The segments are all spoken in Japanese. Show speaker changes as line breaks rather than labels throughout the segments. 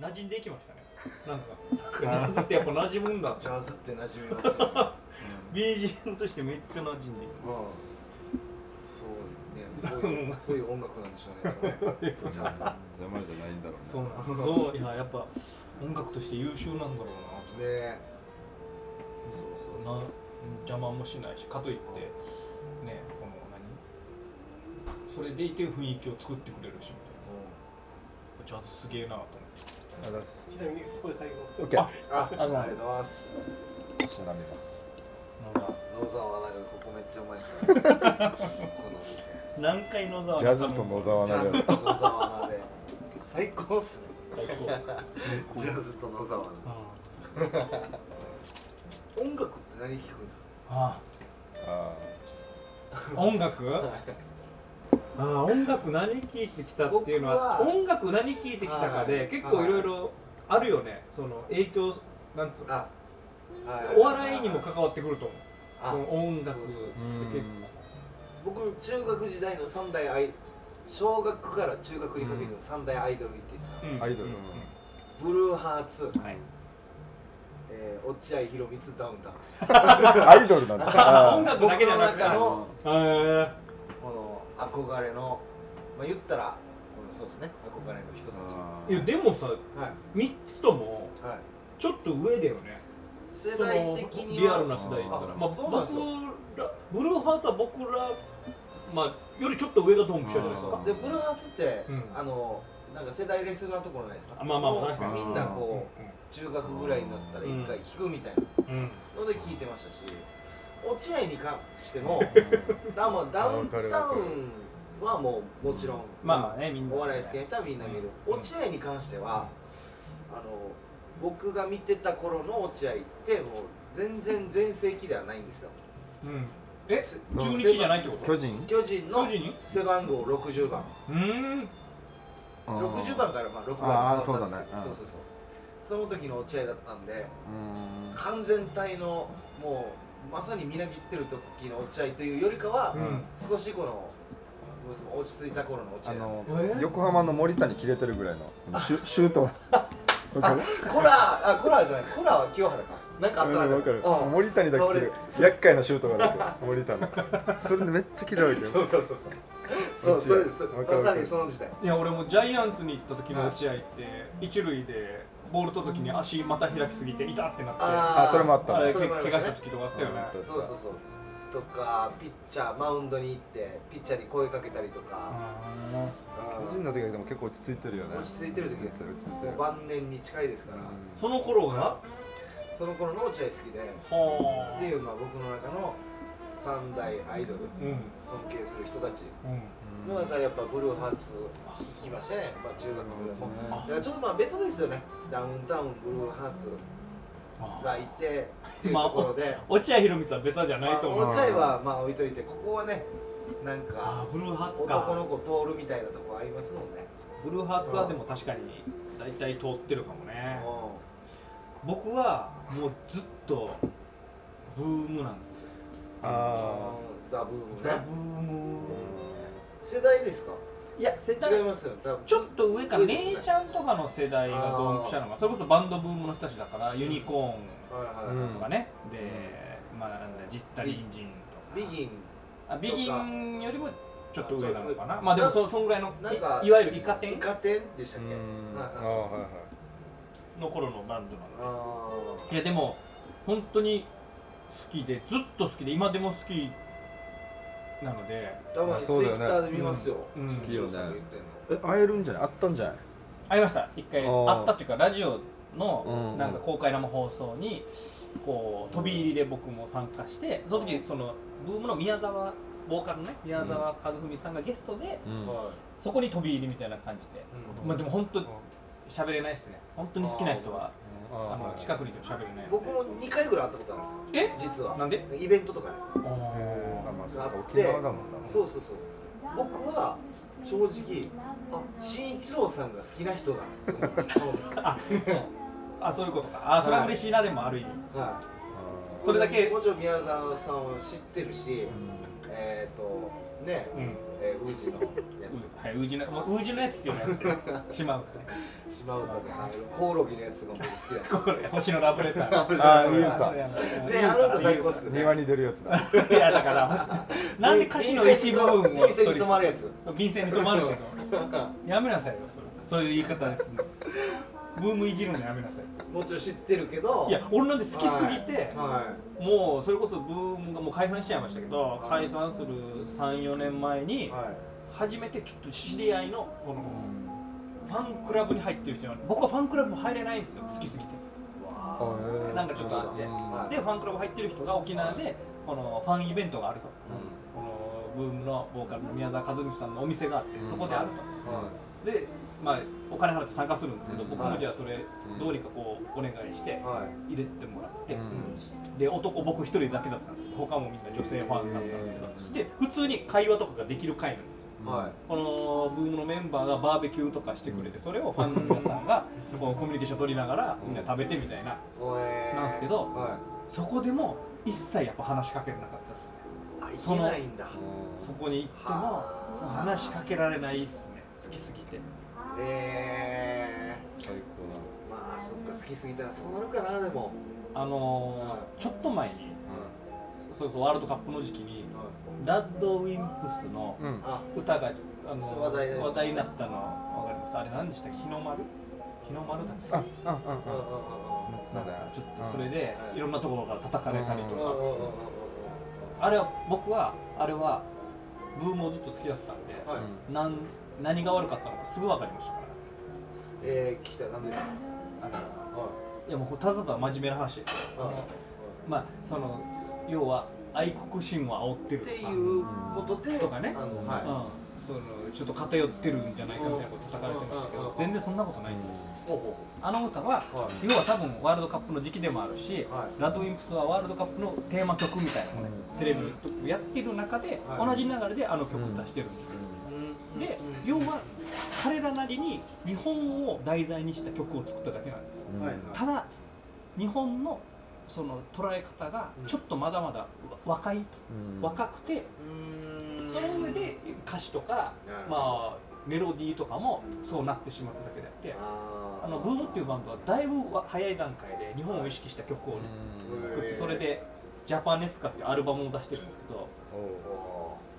馴染んできましたねなんかなんかジャズってやっぱ馴染むんだ
ジャズって馴染 みますよね、うん、まあ
BGM としてめっちゃ馴染んでい
そうねそういうそういう音楽なんでしょうねやっぱねジャズね
邪魔じゃないんだろうね
そうなのそういややっぱ音楽として優秀なんだろうな
そうそう
な
そう
邪魔もしないしかといってねこの何それでいて雰囲気を作ってくれるしみたいなジャズすげえなと思って
あざっす
ちなみにこれ最後
オッケー
あ
ああ
あ
り
の
がとうございます
しゃがみます
のが
野沢なんかここめっちゃうまいですねこの店
何回野沢
ジャズと野沢
ジャ
菜
ズ
で
と野沢菜で最高っす
最高
ねジャズと野沢菜
あ
音楽って何聞くんですか
あ
あ
音楽ああ音楽何聴いてきたっていうのは
僕は
音楽何聴いてきたか
は
で
い
結構いろいろあるよねその影響なんつうの
あは
お笑いにも関わってくると思う
あ
その音楽
そうそう
って結構
僕中学時代の三大アイ小学から中学にかけての三大アイドル言っていいですか、
うん
アイドル
うん
ブルーハーツ、
はい
えー、落合博満ダウンタウン
うんアイドルなんだあ
音
ー
楽
僕
だけじゃ
の
なくて
中
あ
の
あ
この憧れのまあ言ったらこのそうですね憧れの人たちはい
やでもさ
い
3つとも
はい
ちょっと上だよね
世
その
代的には
リアルな世代だったら
あ
まあ
そう
僕
なん
ら
ですよ
ブルーハーツは僕らまあよりちょっと上がドンピシャじゃないです
そ
か
うでブルーハーツって、
うん
あのなんか世代レスなところないですか
あまあまあ
もう
確か
に
みんな
う
こ
ん
う中学ぐらいになったら一回聞くみたい
うん
なので聞いてましたし落合に関して もだまあダウンタウンはもうもちろん
まあまあねみんな
お笑い好きな人はみんな見る、
うん
落合に関しては、あの僕が見てた頃の落合ってもう全然全盛期ではないんですよ
うんえ
どう
中日じゃないってこと
巨人
巨人の
巨人
背番号60番
うーん
60番からまあ6番に変
あ
わ
ー
ったんですけ
そうだね
ど
う
そうそ
ん
うそうその時の落合だったんで
うん
完全体のもうまさにみなぎってる時の落合というよりかは、
うん
少しこの落ち着いた頃の落
あ
合なんです
の
けど
え
横浜の森田に切れてるぐらいのシュシュートわかる
コラーあコラーじゃないコラーは清原かなんかあったな
わかる
うん
森谷だけ切れる厄介なシュートが出てくる森谷のそれでめっちゃ切れられてる
そうそうそうそうそうそれですそ
わかるわ
ま
か
さ
る
にその時代
いや俺もジャイアンツに行った時の落合って一塁でボールとった時に足また開きすぎて痛ってなってあ
あそれもあった
れ
そ
け
れ
怪
もあ
我
りま
し
したたね
時とかあったよね
うん
そうそうそうとかピッチャーマウンドに行ってピッチャーに声かけたりとか、うん
巨人の時はでも結構落ち着いてるよね
落ち着いてる時ですよ
落ち着いて
も
る
う晩年に近いですから、
その頃が
その頃の落合好きで
は
っていうまあ僕の中の三大アイドル
うんうん
尊敬する人たちの中でやっぱブルーハーツ聞きましたね、まあ、中学のですもだからちょっとまあベタですよねダウンタウンブルーハーツがいてっていうところで、
落合博満はベタじゃ
ま
ない
あ、
と
お
思う
もちゃいはまあ置いといてここはねなん
あ
か
ーブルーハーツか
男の子通るみたいなとこありますもんね
ブルーハーツはでも確かに大体通ってるかもね僕はもうずっとブームなんですよ
あ
うんザ・ブーム
ザ・
ね
ブーム
世代ですか
いや世
違い
代
ますよザ
ちょっと上か
上
ら
ですね
姉ちゃんとかの世代がドンピシャなのがそれこそバンドブームの人たちだからユニコ
はいはい、
う
ー
ん
ンとかねでまあなんだジッタリンジン
ビ
とか
ギン
あビギンよりもちょっと上なのか
あ
な
ちょっと上
まあでもそそんぐらいの
なんか
いいわゆるイカ天
イカ天でした
ー
っ
う
け
ん
はい
あー
はい
はいはい
の頃のバンドなの
あ
いやでも本当に好きでずっと好きで今でも好きなので
ーたまにツイ
そうだよ
ッ
ね
ターで見ますよ、
うんうん
好きよね
さんが言ってんの
え会えるんじゃないあったんじゃない
ありました一回
あー
あったっていうかラジオ
う
の
ん
なんか公開生放送にこう飛び入りで僕も参加してその時にそのブームの宮沢ボーカルのね宮沢和史さんがゲストで
はい
そこに飛び入りみたいな感じで
うん
まあでも本当喋れないですね本当に好きな人は
あ
あの近
く
くにいても喋れないの
僕も2回ぐらい会ったことあるんですよ
え
実は
なんで
イベントとかで
あまあそっか
あって
沖縄だもんな
そううそうそう僕は正直あ新一郎さんが好きな人だって思いましたその時はい
あそういうことかあそれは嬉しいなでもある意味
あ
それだけ
もちろん宮沢さんを知ってるし、
ー
えっ、とね
うん
ええー、ウージのや
うはい、ウージの、もうウージのやつっていうのやってる、島唄 ね。
つ島唄であのコオロギのやつが僕好きだし
これ、星のラブレター。
ああいい
あ
歌
れ
ねあの歌最高っすね
庭に出るやつだ
いや、だから、なんで歌詞の一部分を
ピンセに止まるやつ
便箋に止まること。やめなさいよ、それ。そういう言い方ですね。ブームいじるのやめなさい。
もちろん知ってるけど
いや、俺なんて好きすぎて。
は
もうそれこそブームがもう解散しちゃいましたけど解散する34年前
い
に
は
初めてちょっと知り合いのこのファンクラブに入ってる人が僕はファンクラブも入れないんですよ好きすぎて
いわ
うん
なんかちょっとあって
はい
でファンクラブ入ってる人が沖縄でこのファンイベントがあるとこのブームのボーカルの宮沢和美さんのお店があってそこである
あ
と
は
でまあお金払って参加するんですけど
うん
僕もじゃあそれどうにかこうお願いして
いはい
入れてもらって、
う
で男僕一人だけだったんですけど他もみんな女性ファンだったんですけどで普通に会話とかができる会なんですよ
はい
このブームのメンバーがバーベキューとかしてくれてそれをファンの皆さん がこうコミュニケーション取りながらみんな食べてみたいな
おえー
なんすけど
は
そこでも一切やっぱ話しかけなかったですね
いあ行けないんだ
そこに行っても
はあ
話しかけられないっすね好きすぎて
え
最
ー、まあそっか好きすぎたらそうなるかなでも
あのーちょっと前にそうそうワールドカップの時期にラッドウィンプスの
高だなうん
あ
歌があ
そう
の
話題になりましたね
話題になったのわかりますあれ何でしたっけ日の丸日の丸だっけ
あうんうん
うんうんうんうん
うん
なんかちょっとそれで
うん
いろんなところから叩かれたりと
う
か、
んうんうんうん
あれは僕はあれはブームをずっと好きだったんで、
はい、
なん何が悪かったのかすぐ分かりましたか
えー、聞きたい何ですから
あの
はい
やもうこれただただ真面目な話ですよ、
い
まあその要は愛国心を煽ってる
っ
と
て
か
いうことで
とかね
あの
うん
は
そのちょっと偏ってるんじゃないかみたいなこと叩かれてましたけ
うんうん
ど
うん
全然そんなことないですよ
いほうほ
あの歌は
うほうはい
要は多分ワールドカップの時期でもあるし、
はい
ラッドウィンプスはワールドカップのテーマ曲みたいなのをね、テレビでやってる中で、
はい
同じ流れであの曲出してるんですよ、で、要は彼らなりに日本を題材にした曲を作っただけなんです
はい
ただ日本のその捉え方がちょっとまだまだ若いと、若くてその上で歌詞とか、
なるほど
まあ、メロディーとかもそうなってしまっただけであって、あ
あ
のブームっていうバンドはだいぶわ早い段階で日本を意識した曲をね、
うん
作ってそれで「ジャパネスカ」っていうアルバムを出してるんですけど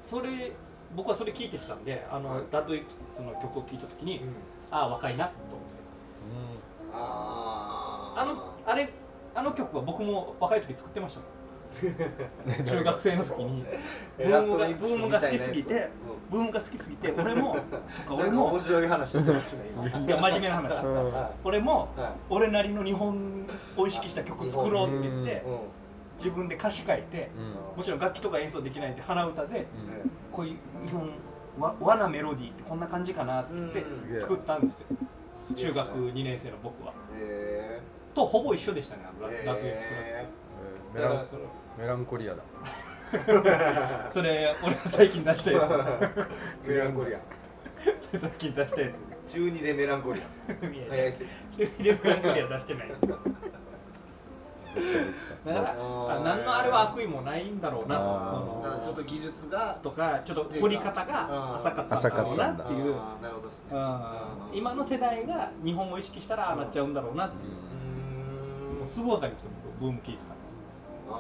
それ僕はそれ聴いてきたんであの、
はい
ラッドイプスの曲を聴いた時に、
うん
ああ若いなと思って
あー
あのあれあの曲は僕も若い時作ってました もん中学生の時にブ
えラ
ー
ッ
ム
ドウ
が
ィン
ブ
プス
ーム
み
が
た
好
いな
き
やつ
すぎてブームが好きすぎて俺もそっか
うん
俺
なんか面
も
白い話してますね 今はい
や真面目な話俺も
は
俺なりの日本を意識した曲作ろうって言っ
い
て
うん
自分で歌詞書いてもちろん楽器とか演奏できないんで鼻歌で
ね
こういう日本和和なメロディーってこんな感じかなっつっ
うんす
げ
て
え
作ったんですよ
すげ
中
えっすね
学2年生の僕は
え
とほぼ一緒でしたねあの
ー
ラ
えー
ラップエプス
メラ
だから
ン
その
メランコリアだ
それ俺が最近出したや
メランコリア
つ最近出したやつ
中二でメランコリ
見え
ア
ない
早いっす
中二でブランクリは出 してないだからあ何のあれは悪意もないんだろうなと
あー
だからちょっ
その
と技術が
とかちょっと掘り方が浅かったんだろうなっていう
あーなるほどですね
うん今の世代が日本を意識したらああなっちゃうんだろうなっていう
うーん
もうすぐ分かりました僕ブーム聞いてたの
ああ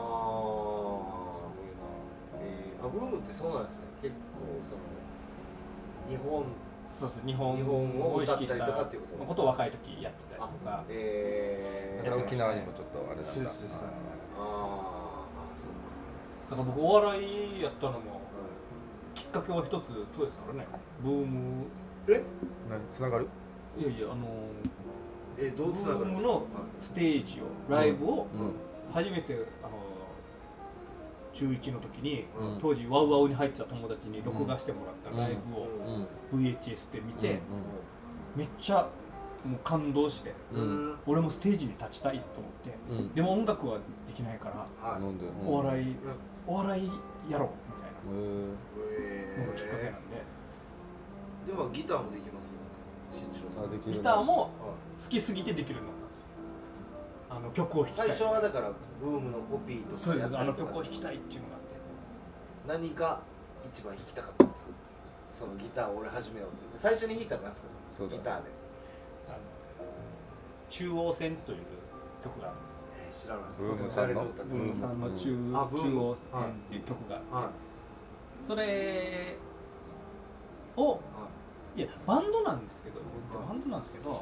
えー、あブームってそうなんですね結構その日本
そうです日本
日本を
を意識し
歌
た
ったりとかっていうこと
ことを若い時やってたりとか
えー、
やってま
沖
し
縄にもちょっとあれだった
そうそうそう
あーあそう
だ
か
から僕お笑いやったのもきっかけは一つそうですからねブーム
え
何つながる
いやいやあの
えー、どうつながるんですか
ブームステージをライブを
う
初めてあの中1の時に
うん
うん
当時ワウワウに入ってた友達に録画してもらったライブを
うん
ん
VHS で見てめっちゃもう感動して
うん
うん
俺もステージに立ちたいと思って
うんうん
でも音楽はできないから
はい
飲んで
お笑
い
いお笑いやろうみたい
え
なのが
ー
きっかけなんで
でもギターもできますもんね新一郎さ
あ
ん
できる
ギターも
はい
好きすぎてできるようになったんですよあの曲を弾きた
最
い
初はだからブームのコピーと
そう
か
で
やっ
す
た
あ
り
の
と
曲を
か
弾きたいっていうのがあって
何か一番弾きたかったんですかそのギターを俺始めようって最初に弾いたのなんですか
そうだ
ギターで、
あの中央線という曲があるんですよ
えー知らない
ブームさ
それ
んの
誰歌って
ブー
るんで
ム
すか
さんの中,、
んあブーム
中央線っていう曲がある、
はい
それを
はい
いやバンドなんですけど僕ってバンドなんですけど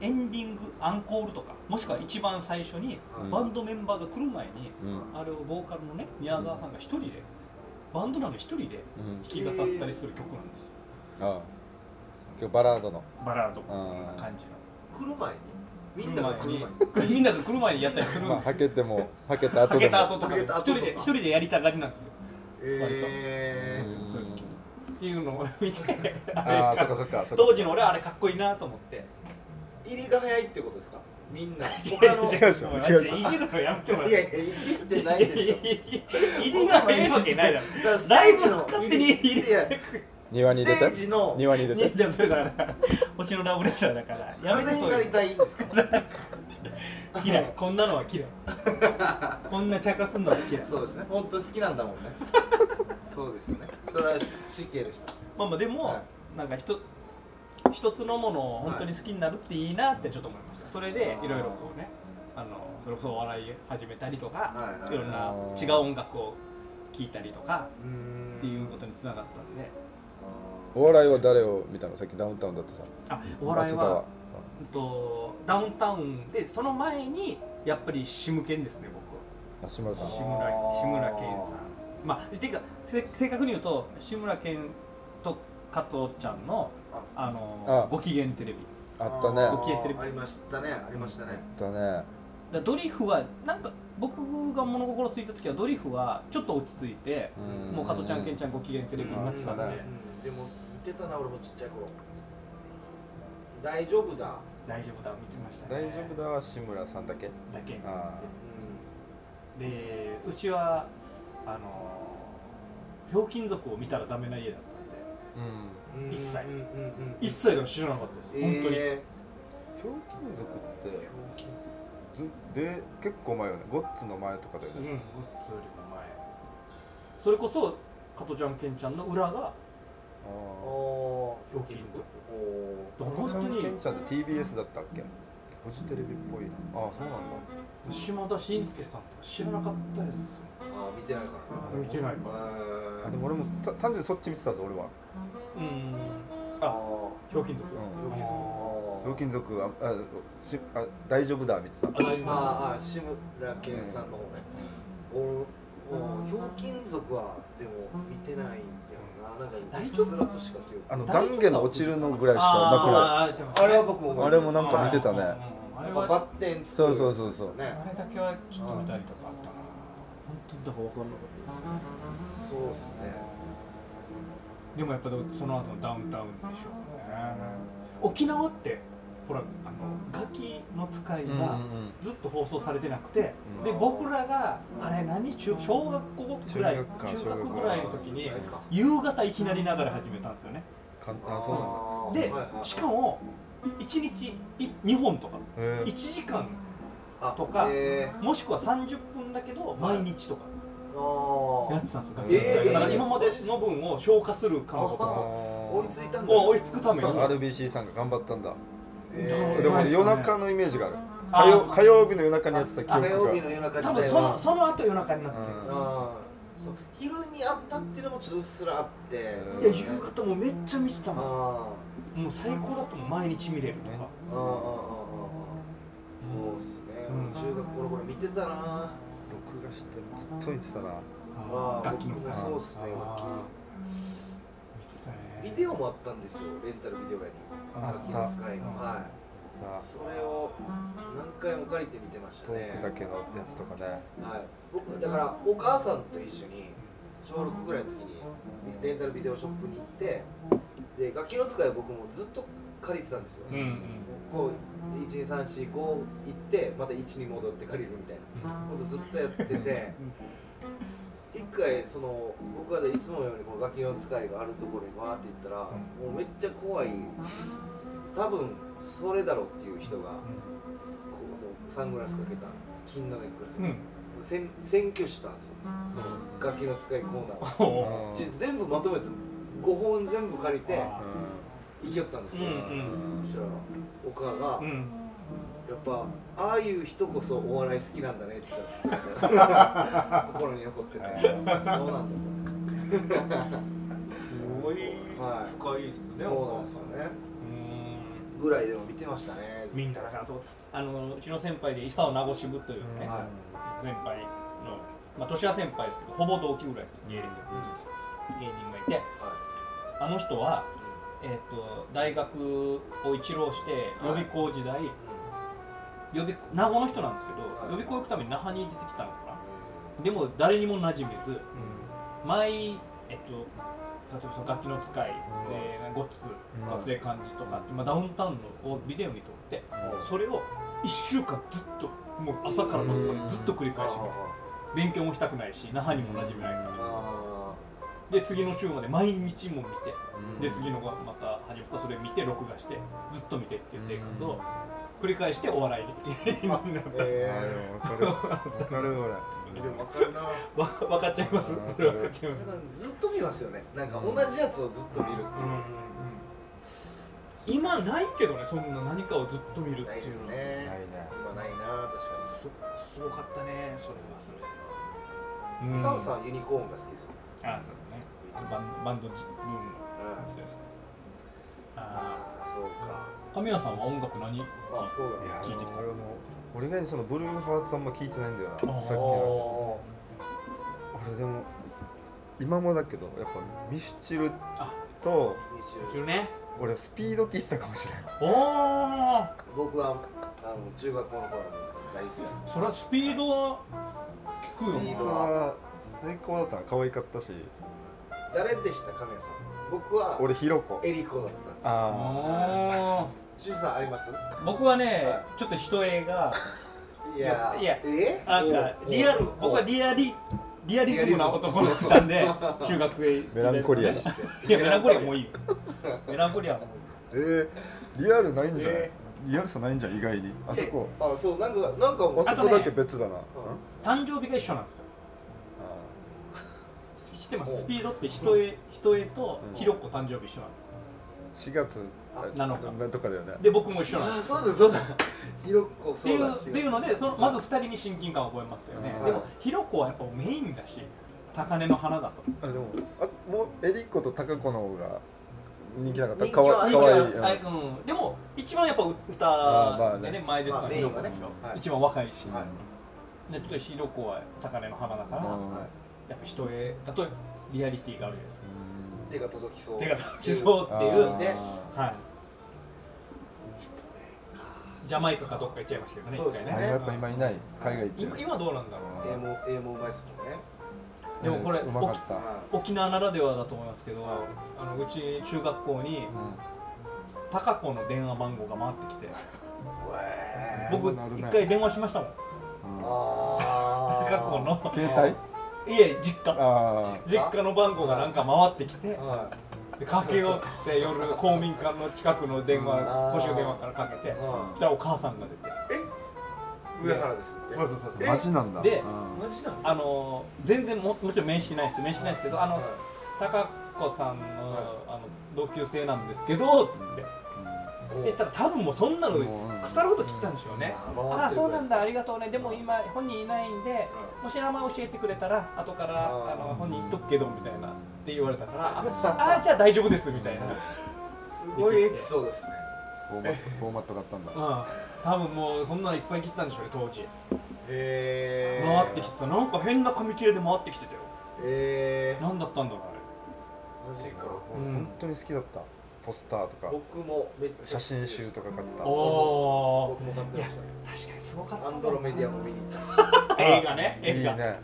エンディングアンコールとかもしくは一番最初に
はい
バンドメンバーが来る前に、
うん
あれをボーカルのね宮沢さんが一人でバンドなのに一人で
うん
弾き語ったりする曲なんですよ、
ああ今日バラードの
バラードな感じの
来る前にみんなが来る前に
にみんなが来る前にやったりするん
まあ
です
は
よ
けてもはけた
は
後
け
で
た
も
後とかで
はけた
一
後
人
とか
で一人でやりたがりなんですよ
え
うん
そういう時にっていうのを見て
ああそっかそっかそっか
当時の俺はあれかっこいいなと思って
ー、入りが早いってことですかみんな他の
違う違う
違うでしょ
もう
違うでしょ
いじるのやめてもらっ
い
て
やいやいじってないですよ
入りがええわけないだろ
だからステ
ライブ
ージの
勝手に入
いや
れ
庭に
ス
出
テー
て
ジの
庭に出て
じゃあそれだから星のラブレターだからやめて
風
そ
に
う
な
いう
りたいんですか
の嫌いこんなのは嫌いこんな茶化すんのは嫌い
そうですね本当好きなんだもん ねそうですよねそれは失敬でした
まあまあでも、
は
なんかひと一つのものを本当に好きになるっていいなってちょっと思いましたそれで
あー
いろいろこうねあのそれこそお笑い始めたりとか、
はいはい
いろんな違う音楽を聴いたりとか
うーん
っていうことにつながったんで
あー
お笑いは誰を見たのさっきダウンタウンだってさ
あお笑い
松田
はうんとダウンタウンでその前にやっぱりシムケンですね僕は
あ志村さん
志村志村けんさんまあていうかせ正確に言うと志村けんと加藤ちゃんのあの
あ
ご機嫌テレビ
あったねあ
ご
っ
機嫌テレビ
ありましたねありましたね
たね
だドリフはなんか僕が物心ついた時はドリフはちょっと落ち着いてもう加藤ちゃんけんちゃんご機嫌テレビになってたんで
うん
うんでも見てたな俺もちっちゃい頃大丈夫だ
大丈夫だ見てました
大
ね
丈夫だは志村さんだけ
だけ見て
あ
でうちはあのひょうきん族を見たらダメな家だったんで
うん
うん
一切
うんうんうん
一切でも知らなかったです、本当に
え
ひょうきん族ってずで結構前よねゴッツの前とかだよ
う
ね
ん、ごっつよりも前それこそ加トちゃんけんちゃんの裏が
ー、
あ
おー
表記する
お
あ
本当
け
に
んちゃんって TBS だったっけフジテレビっぽいなああそうなんだ
島田紳介さんとか知らなかったです
ーあー見てないから
見てないか
あでも俺もた単純にそっち見てたぞ俺は
うん
あ
あ
ー
ひょうきん族、
うん
ひょうきん族
あ
ひょうきん族はあしあ大丈夫だ見てた
あ大丈夫
あーあー志村けんさんの方ね、おおひょうきん族はでも見てないんだよななんかうっすらとしか記憶
あの
大丈夫
懺悔の落ちるのぐらいしか
あーあーでもね
あれは僕も覚えてる
あれもなんか見てたね
うんうんうんあ
な
れ
んか
は
バッテン作るやつですよね
そうそうそう
あれだけはちょっと見たりとかあったな本当にだから分かんなかったです
そうっすね
でもやっぱでもその後のダウンタウンでしょうね沖縄ってほらあのガキの使い
なく
がずっと放送されてなくて、
うん
で僕らがあれ何中小学校ぐらい
中
中
学か
学
小学校
ぐらいの時に
あれか
夕方いきなり流れ始めたんですよね
簡単そうなんだ
あー
で
はいはい
しかも1日2本とか
へ
1
え
時間
あ
とか
えー、
もしくは30分だけど毎日とか
あ
や
ー
ってたんですよ、
えー
だから今までの分を消化する感度と
あ
か
追いつ
ー
いたんだ
を追いつくために
RBC さんが頑張ったんだ
えー
でも
ないっすかね
夜中のイメージがある
あ
火曜
そう
火曜日の夜中にやってた記
火
憶が
曜日の夜
多
中時
分
代
その
は
その後夜中になってるんですよ
あーそう昼にあったっていうのもちょっとうっすらあって、
うん
いや夕方もめっちゃ見てた
あー
も
あ
んもう最高だったもん毎日見れるとか
ね
ーあーあーあーそうっすね、
うん
中学この頃見てたな
録画してずっと見てたな
あー
楽器の使い
そうっすね楽器
見てたね
ビデオもあったんですよレンタルビデオ屋に
あ
楽器の使いの
うん
は
さ
いそれを何回も借りて見てました
あト
ね
ークだけのやつとかね
はい、僕だからお母さんと一緒に小6ぐらいの時にレンタルビデオショップに行ってで楽器の使いを僕もずっと借りてたんですよ、
うんうん
こう12345行ってまた1に戻って借りるみたいなことずっとやってて一回その僕がいつものようにこの楽器の使いがあるところにわーって行ったらもうめっちゃ怖い多分それだろうっていう人がこうサングラスかけた金のネックレス、
うんうん
せん占拠したんですよその楽器の使いコーナーを
おー
し全部まとめて5本全部借りて
あ
行きよったんです
う
よ、
んうん
そしたらお母が、
う
やっ
ん
ぱああいう人こそお笑い好きなんだねって言っ たら心に残っててそうなんだと
すごい
はい
深いですね、
そうなんですよね
う
ぐらいでも見てましたね
んみんなだからあとあのうちの先輩で伊佐尾名護支部というね、
は
先輩のまあ年は先輩ですけどほぼ同期ぐらいです芸歴芸人がいて
は、
あの人はいえー、と大学を一浪して予備校時代、予備校名護の人なんですけど、
はい
予備校行くために那覇に出てきたのかなでも誰にも馴染めず毎えっと例えばその楽器の使い、えー、ゴッツ
うん
学生感じとかって、まあ、ダウンタウンのをビデオに撮ってそれを1週間ずっともう朝から晩までずっと繰り返し勉強もしたくないし那覇にも馴染めないからで次の週まで毎日も見てで次のがまた始まったそれ見て録画してずっと見てっていう生活を繰り返してお笑いに なる
え
分かる分かる俺
ー、でも分かるな
わ分かっちゃいます
あー
それ分かっちゃいます
ずっと見ますよねなんか同じやつをずっと見るって
うんうんう
いう
ん今ないけどねそんな何かをずっと見るっていうの
ないです
は
ね
いね
今ないな確か
すすごかったねそれはそれ
に、
う
サオさんユニコーンが好きですよ、
あそうだねバンバンドブームの時代ですかあ
ああそうか
ー神谷さんは音楽何聞い
あそうだ
い
ね
や
聞いてきます
俺も俺以外にそのブルーハーツあんま聞いてないんだよなさっき
あー
の話俺でも今もだけどやっぱミスチルと
てるね
俺スピード聞いてたか もしれない
おお
僕はあの中学校の頃の大好き
そりゃスピードは聞くよ
スピー
な
ド
さあ最高だったな可愛かったし
誰でした神谷さん僕は
俺ヒロコ
エリコだったんですよ
あ
あ
シュウさんあります
ー僕はね
は
ちょっと一重が
いやー
いや
え
なんか
おう
リアル
おう
僕はリアリリアリズムな男の子なんで中学生
メランコリアだし
いやメランコリアもういいよメランコリアもういい
えー、リアルないんじゃない、
え
リアルさないんじゃん意外にあそこ
あそうなんかなんかもう
あそこだけ別だな、
誕生日が一緒なんですよ
あ
知ってますスピードって人へ人へと
うん
ひろこ誕生日一緒なんです
ー4月
7
とかだよね
で僕も一緒なんです
あそうだそうだひろこ
ってい
そう
う
だ
っていうのでそのまず2人に親近感を覚えますよね
うん
でもひろこはやっぱメインだし高嶺の花だと
あでもあもうエリッコとタカコの方が人気なかった
人気
か
は
わ
あ
かわいい、うん
あうん、でも一番やっぱ
あーま
歌
あ
でね
ね
前出て
ま
た
あ
ひ
メイ
ろ
ン
こ
はね
でしょ、
はい
一番若いし、
はい
でちょっとひろこは高嶺の花だから、
うん
はい
やっぱ人へだとリアリティがあるじゃないですか、
手が届きそう
手が届きそうっていう
あー
ね
はいジャマイカかどっか行っちゃいましたけどね
そうです
一
ね
回ね
あやっぱ今いない海外行ってる
今今どうなんだろう
英語英語うまいっすもんね
でもこれ
うまかっ
は
た、
沖縄ならではだと思いますけど、
はい
あのうち中学校に高子の電話番号が回ってきて
いうえ
僕
なるね
一回電話しましたもん
うん
ああ
高子の
携帯
いえ実家
あ
実家の番号がなんか回ってきて
は
でかけようっつって夜公民館の近くの電話
うん
公衆電話からかけて
いは
そしたらお母さんが出て
い上原ですって
そうそうそうそう
あマジなんだ
で
うん
マジなの
あの全然ももちろん面識ないです面識ないですけどあの
は
高子さんの
はい
あの同級生なんですけどっつって
い
でただ多分もうそんなの
うん
腐るほど切ったんでしょうね
うん
ああそうなんだありがとうねでも今本人いないんでもし名前教えてくれたら後から
あー
あの本人言っとくけどみたいなって言われたからああーじゃあ大丈夫ですみたいな
すごいエピソードですね
フォーマットフォーマット買ったんだ
うん多分もうそんなのいっぱい切ったんでしょうね当時
へえ
回ってきてたなんか変な紙切れで回ってきてたよ
え
何だったんだろう
マジか
うん
本当に好きだったポスターとか
僕もめっちゃ好き
写
です
真集とか買ってた
あれおお
僕も買ってま
確
し
かにすごかった
た
な
アンドロメディアも見に行ったし
映画ね
いい
映画
ね
はい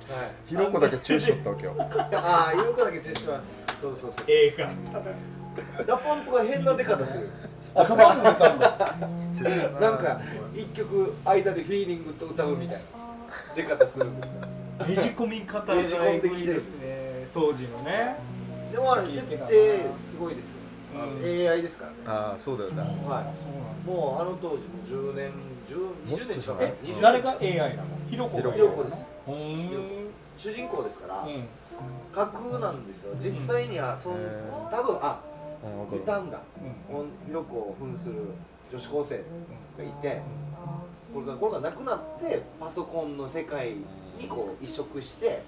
ひろこだけ中止しとったわけよ
ああ色子だけ中心はそうそうそう
映画
ダポンプが変な出方するんです
あカバンもいたん だ
なんか一曲間でフィーリングと歌うみたいな出方するんですよ
ねじ込み方が
ねじ込んできてる
えぐいですね当時のね
でもあれ設定すごいですよ、あの
うん
AI ですからね
ああそうだよね
は
そうなん
いもうあの当時も10年10 20年近く
え
20年
誰が AI なのひろこが
ひろ
ひろこです
うーん
主人公ですから、
うん
架空なんですよ実際にはそう、
へー
多分あ
うん
い
分か
た
る
んだ
うん
ヒロコを扮する女子高生がいてこれがこれがなくなってパソコンの世界にこう移植して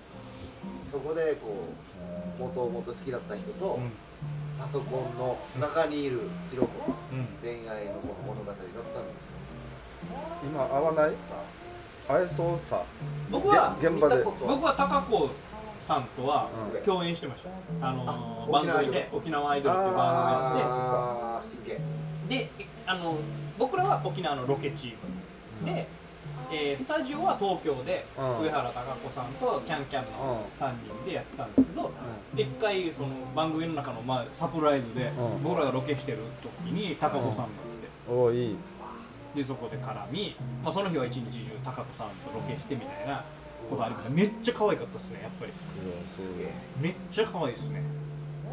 そこでこうもともと好きだった人と
うん
パソコンの中にいるヒロコの
うん
恋愛のこう物語だったんですよ
今合わない会えそうさ
僕は
げ現場
見
で
たことは
僕は高子さんとは
うん
共演してました、あの
あ
バンドで沖縄アイドルっていうバンドがあっ
あーすげえ
てでえあの僕らは沖縄のロケチームで、えースタジオは東京で
うん
上原貴子さんとキャンキャンの
う
3人でやってたんですけど一回その番組の中のまあサプライズで
うん
僕らがロケしてる時に貴子さんが来て
おおいい
でそこで絡み、まあ、その日は一日中貴子さんとロケしてみたいなことありましためっちゃ可愛かったですねやっぱり
すげえ
めっちゃ可愛いですね貴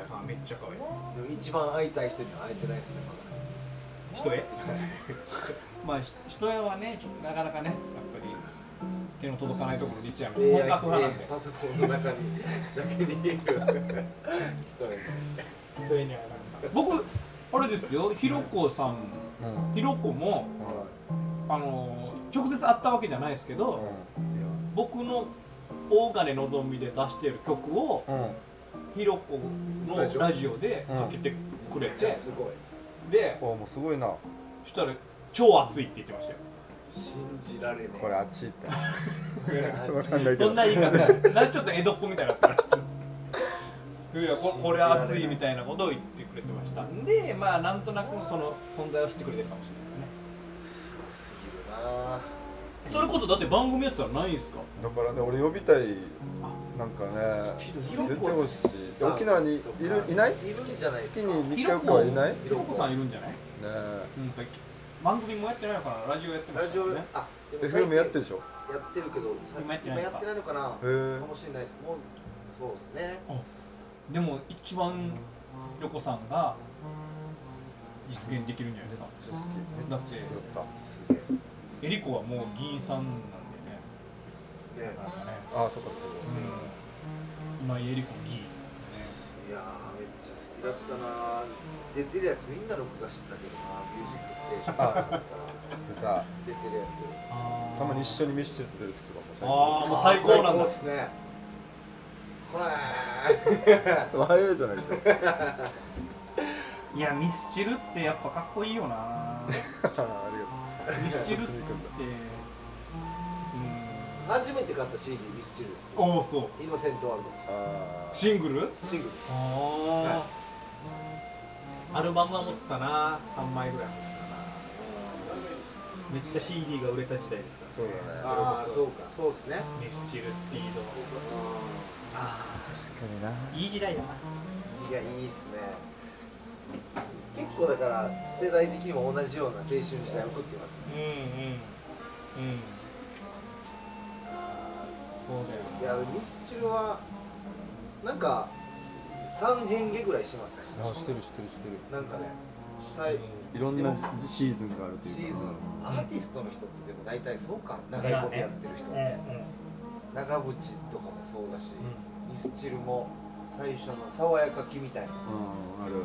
子さんはめっちゃ可愛い
でも一番会いたい人には会えてないですねまだ
人絵 まあひ人絵はねちょなかなかねやっぱり手の届かないところでいっちゃう本格派なんで
パソコンの中に だけにいる 人がいる
人絵にはなかなか僕あれですよひろこさん
うん
ひろこもあのー直接会ったわけじゃないですけど、
う
僕の大金のぞみで出してる曲を
んうん
ひろこ
ラジ
の
オ
ラジオでかけてくれて、
すごい
で
おもうすごいな
そしたら超熱いって言ってましたよ
信じられねえ
これあっち行っ
これ
てわかんないけ
そん
ど
な言い方なちょっと江戸っ子みたいになったらちょっといやここれ熱いみたいなことを言ってくれてましたんでまあなんとなくその存在を知ってくれてるかもしれないですね
すごすぎるなあ
それこそだって番組やったらないんすか
だからね俺呼びたいなんか
ひ
ね
ろ
出て
こ
ほしい沖縄にいるいない
いるんじゃないです
月
か
に
ひ
3日
ろ
4日はいないね
ひろこさんいるんじゃない、
え
うん、番組もやってないのかなラジオやってま
ラ
した
ジ
よ
オ
ね
あでも最
FM
近
やってるでしょへ
やってるけど最
今やって
近
ないのか
やってないのかなか
え
もしれないですもうそうですね
でも一番ひろこさんが実現できるんじゃないですか
好きめっちゃ好きだっ
すげ
えりこはもう議員さんなんでね
えね
なかなかね
たあそっかそっかそっか
今井絵理子議員
いやーめっちゃ好きだったな出てるやつみんな録画してたけどなミュージックステーションから
捨てた
出てるやつ
たまに一
緒
緒にミスチルと出る時とかも
あ
最
ーもう最高なんだ
っすねこれ
高早い じゃないか
いやミスチルってやっぱかっこいいよ な
ありがと
ミスチルって
初めて買った CD ミスチルです
うんおおそう
イノセントワールドです
うあ
シングル
シングル
ああアルバムは持ってたな3枚ぐらい持ってたなめっちゃ CD が売れた時代ですか
そうだね
ああそうかそうですね
らミスチルスピードあ
確かにない
い時代だない
やいいっすね結構だから世代的にも同じような青春時代を送ってます
うんうんうんそうだよ
いやミスチルはなんか3変化ぐらいしてますね
あしてるしてるしてる
なんかね最
いろんなシーズンがあるという
シ
か
ーズンアーティストの人ってでも大体そうか長いことやってる人、
うんうん
長渕とかもそうだし、ミスチルも最初の爽やかきみたいな
うんある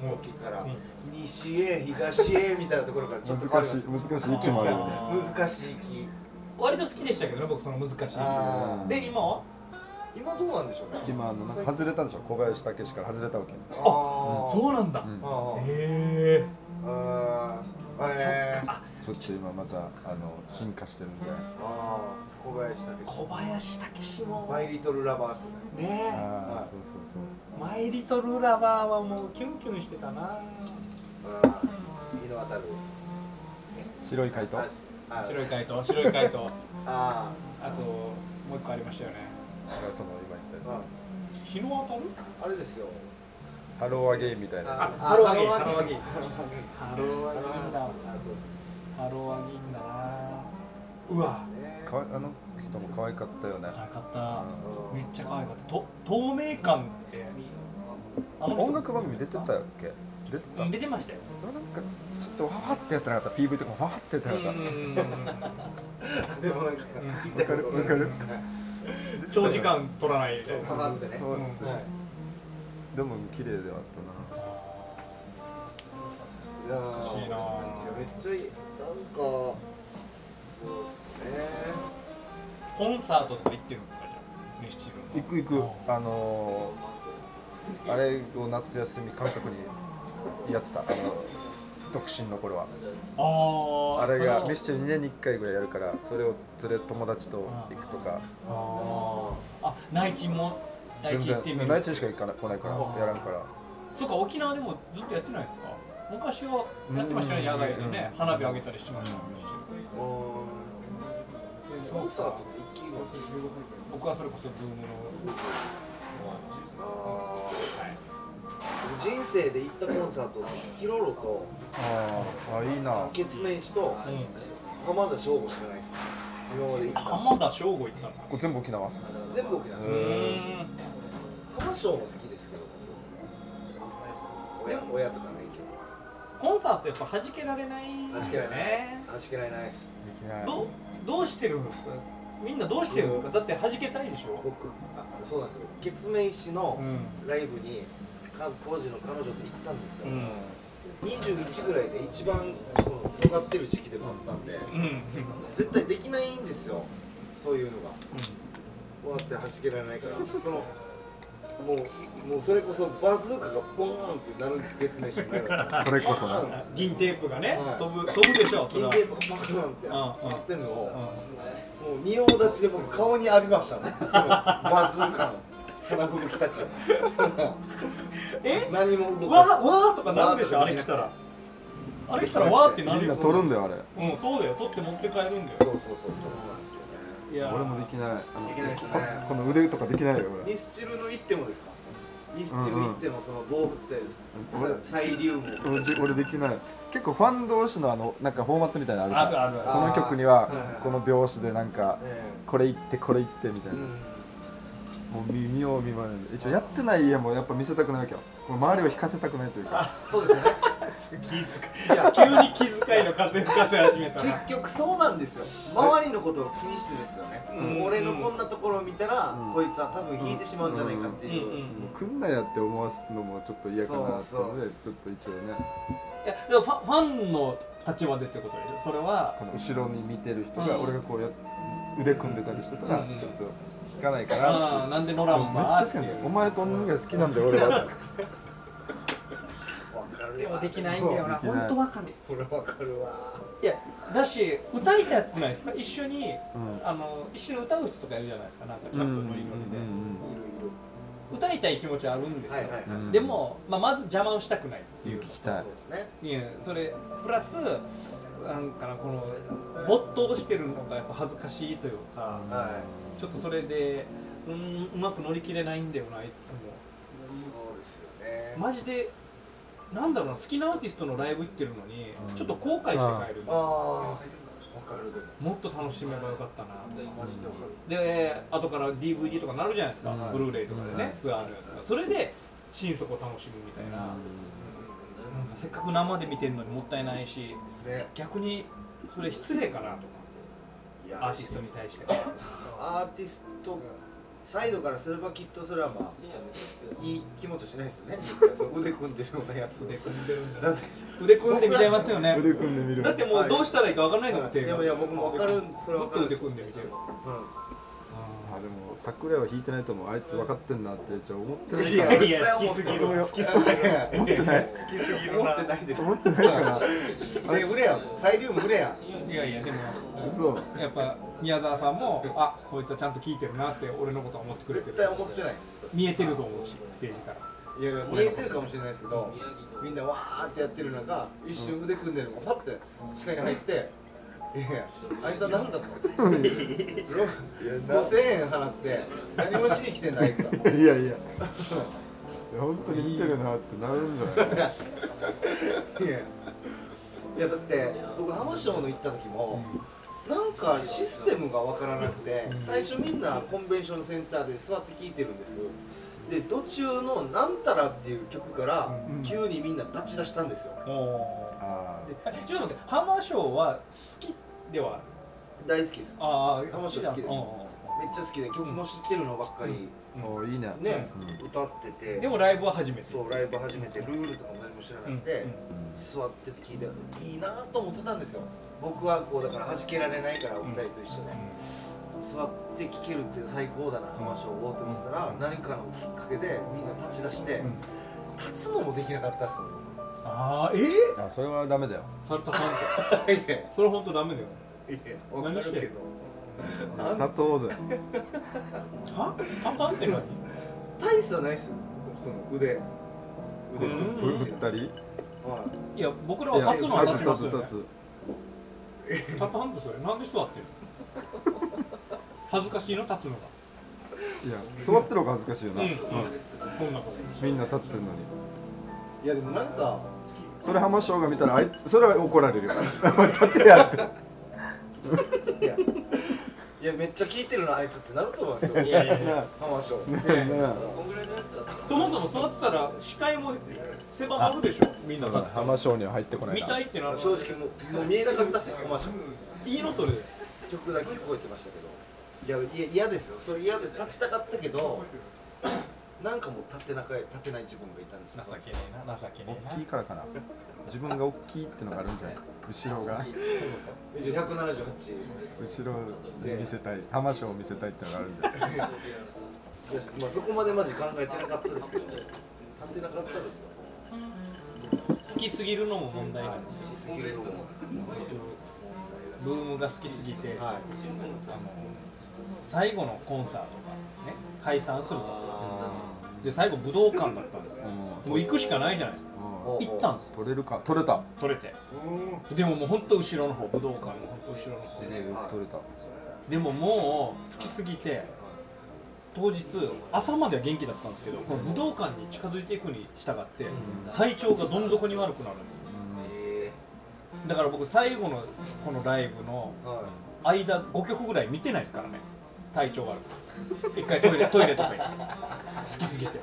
ある
うん
時から、
うん
西へ東へみたいなところからちょっと変わ
難
りま
しい
す
難しい息もあるよね
難しい気
割と好きでしたけどね僕その難しい曲
あー
で今は
今どうなんでしょうね
今あのなんか外れたでしょ小林武史から外れたわけ
あ
そうなんだ
うん
あー
へえ
あーあーえー
ちょっと今またあの進化してるんじゃない
あー小林
小
武
林武史
史
も
マイリトルラバースね
ねえ
あ
は
あ
い
そうそうそう
マイリトルラバーはもうキュンキュンしてたな
あー井の当たる
白い回答
あ
白い回答白い回答
あ
あともう一個ありましたよね
その今言った
ーあ
や
日の当たる
あれですよ
つハローアゲインみたいな
あ
ハローアゲイン
ハローアゲイン
ハローアゲインハロ
あ
ーア
の
ゲインだ
あそうそう
ハローアゲインだな
そう
うわ
ですね
かわいあの人も可愛かったよね
可愛かった
うん
めっちゃ可愛かったと透明感ってあ
う
の
ん
人
音楽番組出てたっけ出て
う
たなんん
出てましたよ
かちょっとわはってやってなかった PV とかもわはってやってなかった
うんうんうんうん
でもなんか
うん
言いたいこと
わかるわかる
はい
出
長時間取らない
かかってね、
うん
はい、
でも綺麗ではあっ
いやー
懐かしいなー
めっちゃいいなんかそうっすね
コンサートとか行ってるんですかじゃあミスチ
たな
ル
行く行くあのー、あれを夏休み感覚にやってたあの独身の頃は
のあ
あ
ー
れが
そ
ミスチル2年に1回ぐらいやるからそれを連れ友達と行くとか
のあーあ内地も内
全
地行ってみ
然
る
内地にしか行かない来ないか
あ
らやらんから
そっか沖縄でもずっとやってないですか昔はやってましたね
うん
野外でね
うん
花火上げたりしてましたねミスチ
あー
ル
コンサートって一気に忘れる
僕はそれこそブームの
あ
はい
ー人生で行ったコンサートってキロロと
あーあいいな
ケツメイシと浜田省吾しかないっす今まで行っ
浜田省吾行ったんだ
これ全部沖縄
た全部沖縄
う
っす
ーん
浜省も好きですけど親親とかないけど
コンサートやっぱ弾けられない
はじけないねはじけられないっす
できない
どうどうしてるんですかみんなどうしてるんですかだって弾けたいでしょ
僕あそうなんですよケツメイシの、
うん
ライブにか当時の彼女と行ったんですよ、
うん
21ぐらいで一番その尖ってる時期でもあったんで
うんうん
絶対できないんですよそういうのがこうやって弾けられないからそのもうもうそれこそバズーカがボーンってなるんです月面しになるから
それこそな
銀テープがね
はい
飛ぶ飛ぶでしょそれ
金
は
平とかバカなんてなってるのを
うん
もう仁王立ちで僕顔に浴びましたねそのバズーカの花吹雪たちを
え
何も動かず
わーわーとかなるでしょあれ来たらあれ来たらわーってな
み
る
ん
よ
な取るんだよあれ
うんそうだよ取って持って帰るんだ
そ
よ
うそうそうそうなんですよね
いやー
俺もできないあの
できないっすね
ここの腕とかできないよ俺
ミスチルの一手もですかミスチル一手もその棒振ったやつ、
うんうん
さサイリウム
俺で俺できない結構ファン同士のあのなんかフォーマットみたいなのある
あるあ
さ
る
こ
あ
の曲に
あーはいはいは
はいこの拍子でなんか
え
これ言ってこれ言ってみた
え
いなもう耳を見まねで一応やってない家もやっぱ見せたくないわけよこの周りを引かせたくないというか
そうですね
る気遣
いや
い急に気遣いの風吹かせ始めた な
結局そうなんですよ周りのことを気にしてですよね、
うん
俺のこんなところを見たら、
うん
こいつは多分引いてしまうんじゃないかって
うん
いう、
うんうん
もう来んなやって思わすのもちょっと嫌かなって
そう
の
そう
でちょっと一応ね
いやでもファファンの立場でってことでしょそれは
この後ろに見てる人
う
が
ん
俺がこうや腕組んでたりしてたら
うんうん
ちょっと引かないか
あ
な
ーなんでノ
で
ラ
も
ン
めっ
バーって
ちゃ好きないんだよ
う
お前と同じぐらい好きなんだよ俺は
わかるわ
でもできないんだよな
できない
本当わかる
これわかるわ
いやだし歌いたくないですか一緒に、
うん
あの一緒に歌う人とかいるじゃないですかなんかち
うん
ゃ
うんん
とノリノリで、
いるい
歌いたい気持ちはあるんで
る
す
は
よ、
いはいはい、
うん
でも、まあ、まず邪魔をしたくないっていう
聞きたい
そうですね
いやそれプラスなんかなこの没頭してるのがやっぱ恥ずかしいというか
は
ちょっとそれでうんうまく乗り切れないんだよないつも
いそうですよね
マジでなんだろうな好きなアーティストのライブ行ってるのに、ちょっと後悔して帰るんです
ああ
よ
わかるでも
もっと楽しめばよかったなって
マジでわかる
で後から DVD とかなるじゃないですか、
うん
ブルーレイとかでね、
うん
ツアーのやつがそれで心底楽しむみたいな,、なんかせっかく生で見てるのにもったいないし
ね
逆にそれ失礼かなと
いや
かアーティストに対してう
アーティストサイドからすればきっとそれはまあいい気持ちはしないですよねその腕組んでるようなやつ
腕
で
組んでるんだ腕組んで見ちゃいますよね
腕組んでみる
だってもうどうしたらいいか分からないんだもん手が
でもいや僕も分かるそれ
ず
は
っ
分かる
と腕組んで見てる
あでも桜井は引いてないと思うあいつ分かってんなってじゃあ思ってない
い
か
や
ら
いや好きすぎる好きすぎる
思って
ない
好きすぎる思ってないです
思ってないから
え売れやんサイリウム売れやん
いやいやでも
そう
やっぱ宮沢さんもあこいつはちゃんと聞いてるなって俺のことは思ってくれて
絶
る
対思ってない
見えてると思うしステージから
いやいや見えてるかもしれないですけどみんなわーってやってる中一瞬腕組んでるのがパッて視界に入っていやいやあいつは何だと5000円払って何もしに来てんだあいつはい
やいや。いや本当に見てるなってなるんじゃない。
いやいやだって僕浜松の行った時も、なんかシステムが分からなくて、最初みんなコンベンションセンターで座って聴いてるんですで途中の「なんたら」っていう曲から、
うん
急にみんな立ち出したんですよ
おー
あ
えちょっと待ってハンマーショーは好きではある
大好きです
ああ
ハンマーショー好きです
うん
めっちゃ好きで曲も知ってるのばっかり
おーいいね
ね
うん
歌ってて
でもライブは初めて
そうライブ始めてルールとかも何も知らなくて
うん
座ってて聞いていいなと思ってたんですよ僕はこうだから弾けられないからお二人と一緒ね座って聴けるって最高だな浜松をって思ってたら何かのきっかけでみんな立ち出して
うん
立つのもできなかったっ すもん
ああええ
あそれはダメだよ
サルタさんって
いやい
それ本当ダメだよ
やわかるけどなん
立とうぜ
はパンパンって何
大差ないっすよその腕腕
う
の
ん
ぶぶったり
はい
や僕ら
いや
は立つのは立ち
立つ
ます
立
よ、
つ
ね、
立つ
立たんとそれなんで座ってるの恥ずかしいの立つのが
いや座ってるのが恥ずかしいよな、
うん
うん
こんなこと
みんな立ってるのに
いいやでもなんか
それ浜翔が見たらあいつそれは怒られるよ立ってやって
いやいやめっちゃ聞いてるなあいつってなると思うんですよ
いやいやいや
浜松
ねそもそも座ってたら視界も狭まるでしょみんな立つと
浜翔には入ってこない
見
な
たいってなる
正直もうもう見えなかったっすよ浜松
いいのそれで
曲だけ聞こえてましたけどいやいや嫌ですよそれ嫌で立ちたかったけどなんかもう立てなか立てない自分がいたんですよ
ねえな情けね
大きいからかな自分が大きいってのがあるんじゃない後ろが
以上178
後ろで見せたい浜翔を見せたいってのがあるんじゃない
いやまあ、そこまでマジ考えてなかったですけど立てなかったですよ
好きすぎるのも問題なんですよ
好きすぎるのも
ブームが好きすぎて、
はい
あの最後のコンサートがね解散するとで最後武道館だったんですよもう行くしかないじゃないですか
うん
お
行ったんですよ
取れるか取れた
取れてでももうほんと後ろの方武道館のほんと後ろの方
えーよく取れた
でももう好きすぎて当日朝までは元気だったんですけどこの武道館に近づいていくに従って体調がどん底に悪くなるんですよ
え
だから僕最後のこのライブの
ーはい
間5曲ぐらい見てないですからね体調悪く一回トイレトイレとか行って好きすぎて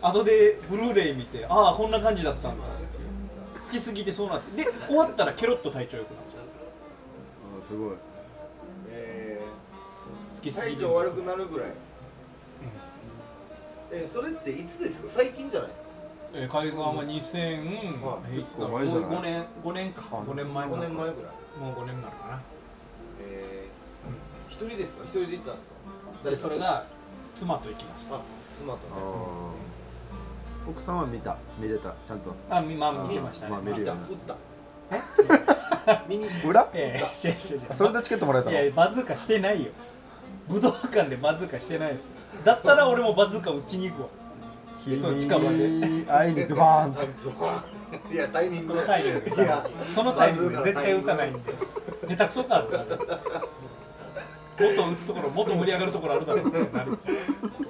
後でブルーレイ見てああこんな感じだったんだ好きすぎてそうなってで終わったらケロッと体調良くなっちゃ
うんすごい
え
う好
ー
きすぎ
体
て
調悪くなるぐらい、えーそれっていつですか最近じゃないですか
えー解散は2000、
まあ
えーいつだろう
結構前じゃない
5年5年か
あ
5年前
5
になる
年前ぐらい
もう5年になるか
えー一人ですか一人で行ったんですか
なで
か
それが妻と行きまし
あ妻とね
奥さんは見た見れたちゃんと
たあみまあ見てましたね
まあ見る
い
よ
や打ったえ 見に行っ
裏
ええ違う違う違う
それでチケットもらえた
いや
の
バズーカしてないよ武道館でバズーカしてないですだったら俺もバズーカ打ちに行くわ
君
そう近場
に会いにズバーン
た
って
ズバンいやタイミン
そ
グ
のタイミングで
いや
そのタイミングで絶対打たないんで下手くそかってなるもっと打つところもっと盛り上がるところあるだろうって なる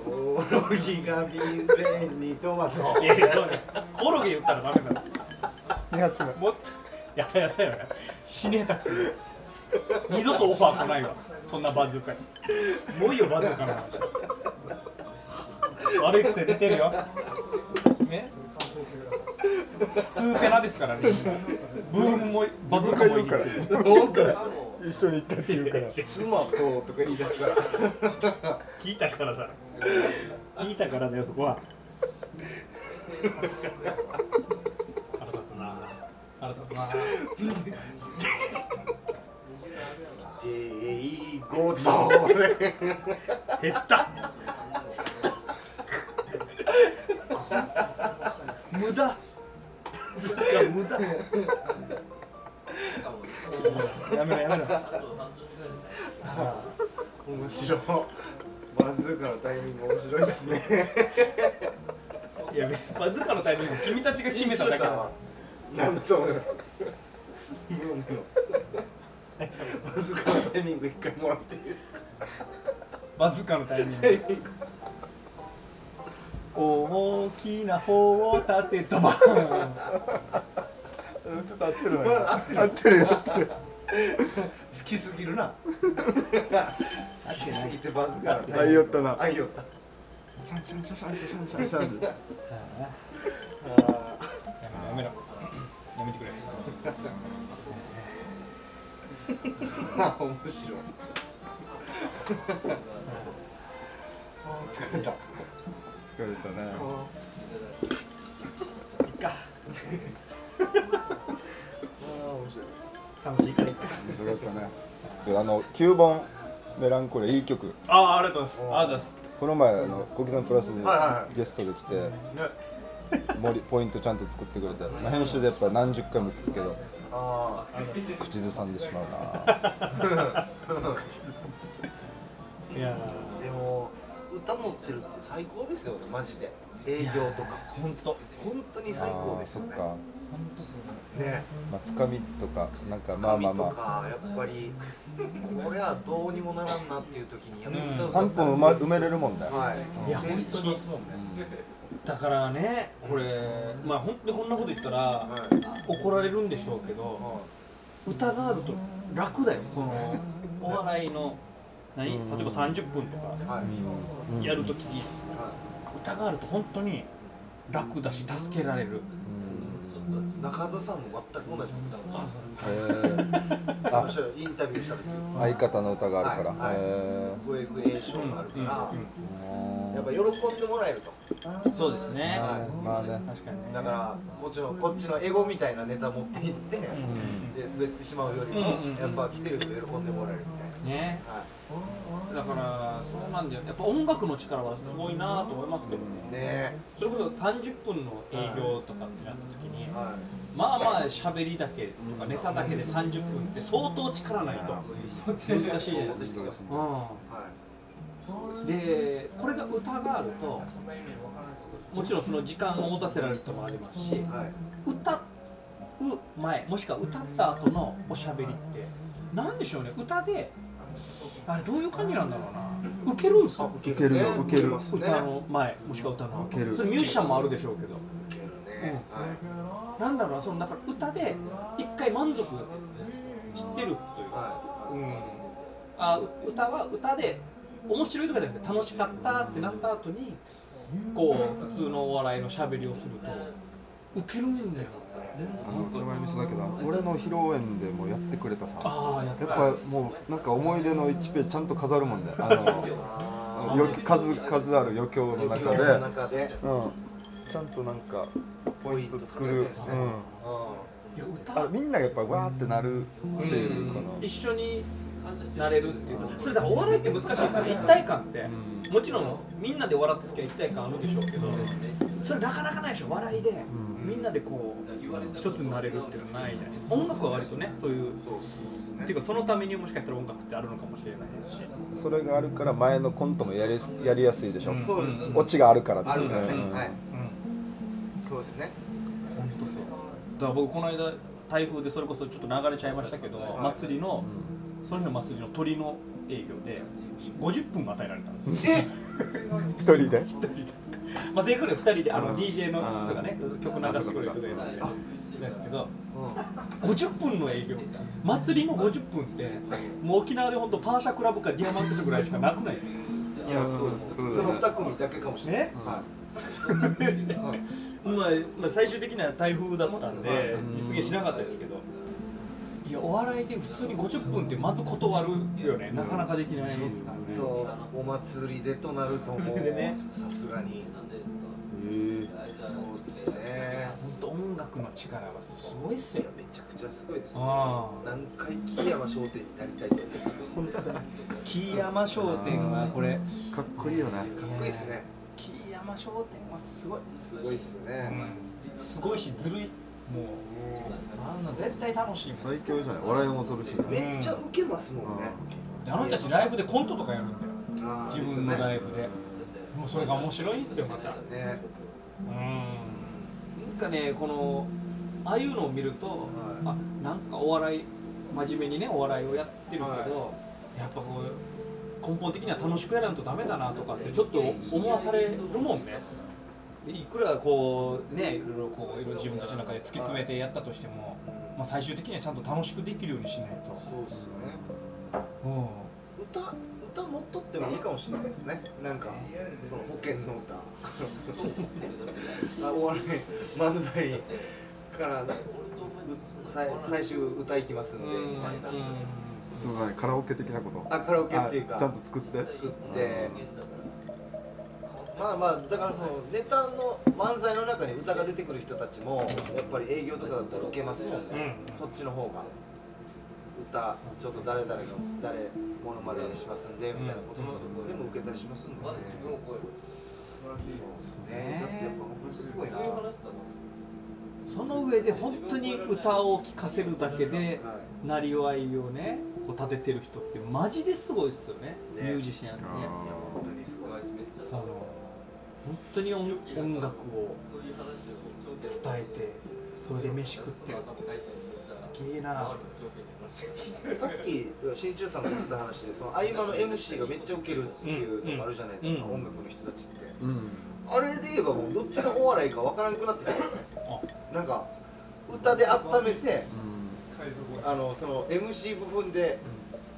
オロギが便箋に飛ばそう
いやいやそうねコオロギ打ったらダメだろ
2発目
もっとややさよな死ねたくて二度とオファー来ないわそんなバズーカにもういいよバズーカの話悪い癖出てるよねツーペナですからねブームもバズーカもいじってる
本当です
一緒に行ったって言うから
妻ととか言い出すから
聞いたからだろ聞いたからだよそこは腹立つな腹立つな
でいいごちそう
減った無駄ずっか無駄やめろやめろ
面白いバズーカのタイミング面白いですね
いや別にバズーカのタイミング君たちが決めただけだ
なんだと思いますバズーカのタイミング一回もらっていいですか
バズーカのタイミング大きな方を立てドバーン
ちょっと合ってるな合ってるよ合ってる
好きすぎるな 好きすぎてバズーカのタイ
愛
ミン
よ
グ
ったな
愛よった
シャンシャンシャンシャンシャンシャンシャンシャン
やめろやめろやめてくれ
あ面白い
疲れた。疲れたね。
いっか
あ面白い
楽しいからいっか
面白かったね。あの九本メランコリーいい曲。
ああありがとうございますありがとうございます
この前あの小木さんプラスで
はいはいはい
ゲストで来て
ね
盛りポイントちゃんと作ってくれて、まあ、編集でやっぱ何十回も聞くけど
あ
ありがとうございます
口ずさんでしまうな。
いや
ーでも歌持ってるって最高ですよねマジで営業とか
ー本当
本当に最高ですよね
あーそっか。
本当すご
ね
まあ、つかみとかなんか
つ
ま
か
あ
み
まあ
と
まあ。
かやっぱりこれはどうにもならんなっていう時にやっぱ歌う
3分埋,、ま、埋めれるもんだよ、
はい
いいや
成
本
立
当
し
に
ますもんね
だからねこれまあ本当にこんなこと言ったら
はい
怒られるんでしょうけど歌があると楽だよこのお笑いの何例えば30分とか
はい
うん
やるときに
は
歌があると本当に楽だし助けられる
うん
い中澤さんも全く同じことだ
へー
あ面白いインタビューした時
相方の歌があるから、
はいはい
へ
不育栄唱があるからやっぱ喜んでもらえると
そうですね
は
うんまあね、
確かにね
だからもちろんこっちのエゴみたいなネタ持っていってで
ん
滑ってしまうよりも
うんうん
やっぱ来てる人喜んでもらえるみたい
ね
なは
だからそうなんだよやっぱ音楽の力はすごいなと思いますけどね
いね
それこそ30分の営業とかってなった時に
えはい
まあまあ喋りだけとかネタだけで30分って相当力ないと難しいじゃないです
そう
か
です
う
はい
んでこれが歌があるともちろんその時間を持たせられることもありますし
はい
歌う前もしくは歌った後のおしゃべりって何でしょうね歌であれどういう感じなんだろうな受けるんですか
受
けるよ受ける
ますね
歌の前もしくは歌の
受ける
それミュージシャンもあるでしょうけど
受けるねはい
なんだろうなそのだから歌で一回満足知ってるというか
はい
うんあう歌は歌で面白いとかじゃなくて楽しかったってなった後にこう普通のお笑いのしゃべりをするとウケるんだよ、
あの手前味噌だけど俺の披露宴でもやってくれたさや
ああやっぱ
っぱもうなんか思い出の1ページちゃんと飾るもんねあの
あ
余数数ある余興の
ー
中
の
で、
中で
うん、ちゃんとなんかポイント作
ポイント作る
る、うん
やつね
い
う
や歌
あみんながやっぱわーってなるっていうこの、
一緒になれるっていうかそれだからお笑いって難しいですよね一体感ってもちろんみんなで笑った時は一体感あるでしょうけどそれなかなかないでしょ笑いでみんなでこう一つになれるっていうのはないじゃないですか音楽は割とねそういうっていうかそのためにもしかしたら音楽ってあるのかもしれないですし
それがあるから前のコントもやりやすやりやすいでしょ、
うん
そう
オチがあるからって
あるからね
うん
はい
うん
そうですね
本当そうだから僕この間台風でそれこそちょっと流れちゃいましたけど
い
祭りのその日の祭りの鳥の営業で50分与えられたんですよ
一人で
まあ、正確には2人であ
う
の
ん
DJ の
うん
とかね曲流してくれるとか
あ
やるんですけど
うん
50分の営業祭りの50分ってもう沖縄で本当パーシャクラブかディアマンテスぐらいしかなくないですよ
いやそう
そう
ですその二組だけかもしれないです
ね
は
まあ、まあ最終的には台風だったんで
うん
実現しなかったですけどいやお笑いで普通に50分ってまず断るよねなかなかできないですから
い
ね
とお祭りでとなるともう
祭りでね
さすがにそうですね
本当音楽の力はすごいっす
い
よ
やめちゃくちゃすごいですね
ああ
何回桐山商店になりたいと思って
木山商店はこれ
かっこいいよね
かっこいいですね
木山商店はすごい
すごいですね
すごいしずるいもうあんな絶対楽しいもん
最強じゃない笑いも取るしね
めっちゃウケますもんね
あの人たちライブでコントとかやるんだよ
あー
自分のライ
で
ブでもうそれが面白いんですよまた
すよねね
うんなんかねこのああいうのを見るとあなんかお笑い真面目にねお笑いをやってるけどやっぱこう根本的には楽しくやらんとダメだなとかってちょっと思わされるもんねいくらこうねいろいろこういろいろ自分たちの中で突き詰めてやったとしても、まあ、最終的にはちゃんと楽しくできるようにしないと、
そうですね
うん、
歌歌持っとってもいいかもしれないですねなんかその保険の歌 あお笑い漫才からう最最終歌いきますんでみたいな
うん
普通のねカラオケ的なこと
あカラオケっていうか
あちゃんと作って
作ってまあまあだからそのネタの漫才の中に歌が出てくる人たちもやっぱり営業とかだったら受けますもんね、そっちの方が歌ちょっと誰々の誰モノマネしますんでみたいなこともでも受けたりしますんで、ね、そうですねだってやっぱ本当にすごいな
その上で本当に歌を聴かせるだけでなりわいをねこう立ててる人ってマジですごいですよねミュージシャンやってねいや
本当にすごい
あの本当に音音楽を伝えてそれで飯食ってるってすげえな
さっき新中さんが言ってた話でその合間の MC がめっちゃウケるっていうのもあるじゃないですか、音楽の人たちって、あれで言えばもうどっちがお笑いか分からなくなってきますねなんか歌で温めて、あのその MC 部分で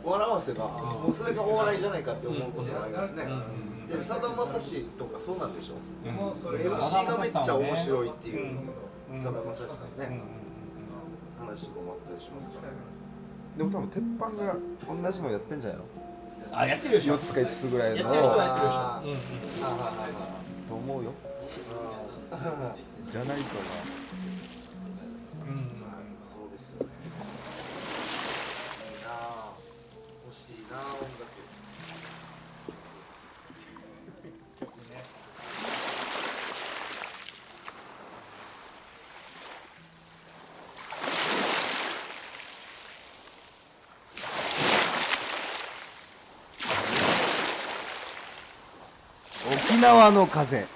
笑わせば、もうそれがお笑いじゃないかって思うことがありますね、でさだまさしとかそうなんでしょう、うん、MC がめっちゃ面白いっていうさだまさしさんね、話とかもあったりしますから、
でも多分鉄板が同じのやってんじゃないの
あやってるでしょ
4つか5つぐらいの
やってる人はやってるでしょあ、うんうん、
と思うよじゃないとな
うんそうですよねいいな欲しいな音楽
沖縄の風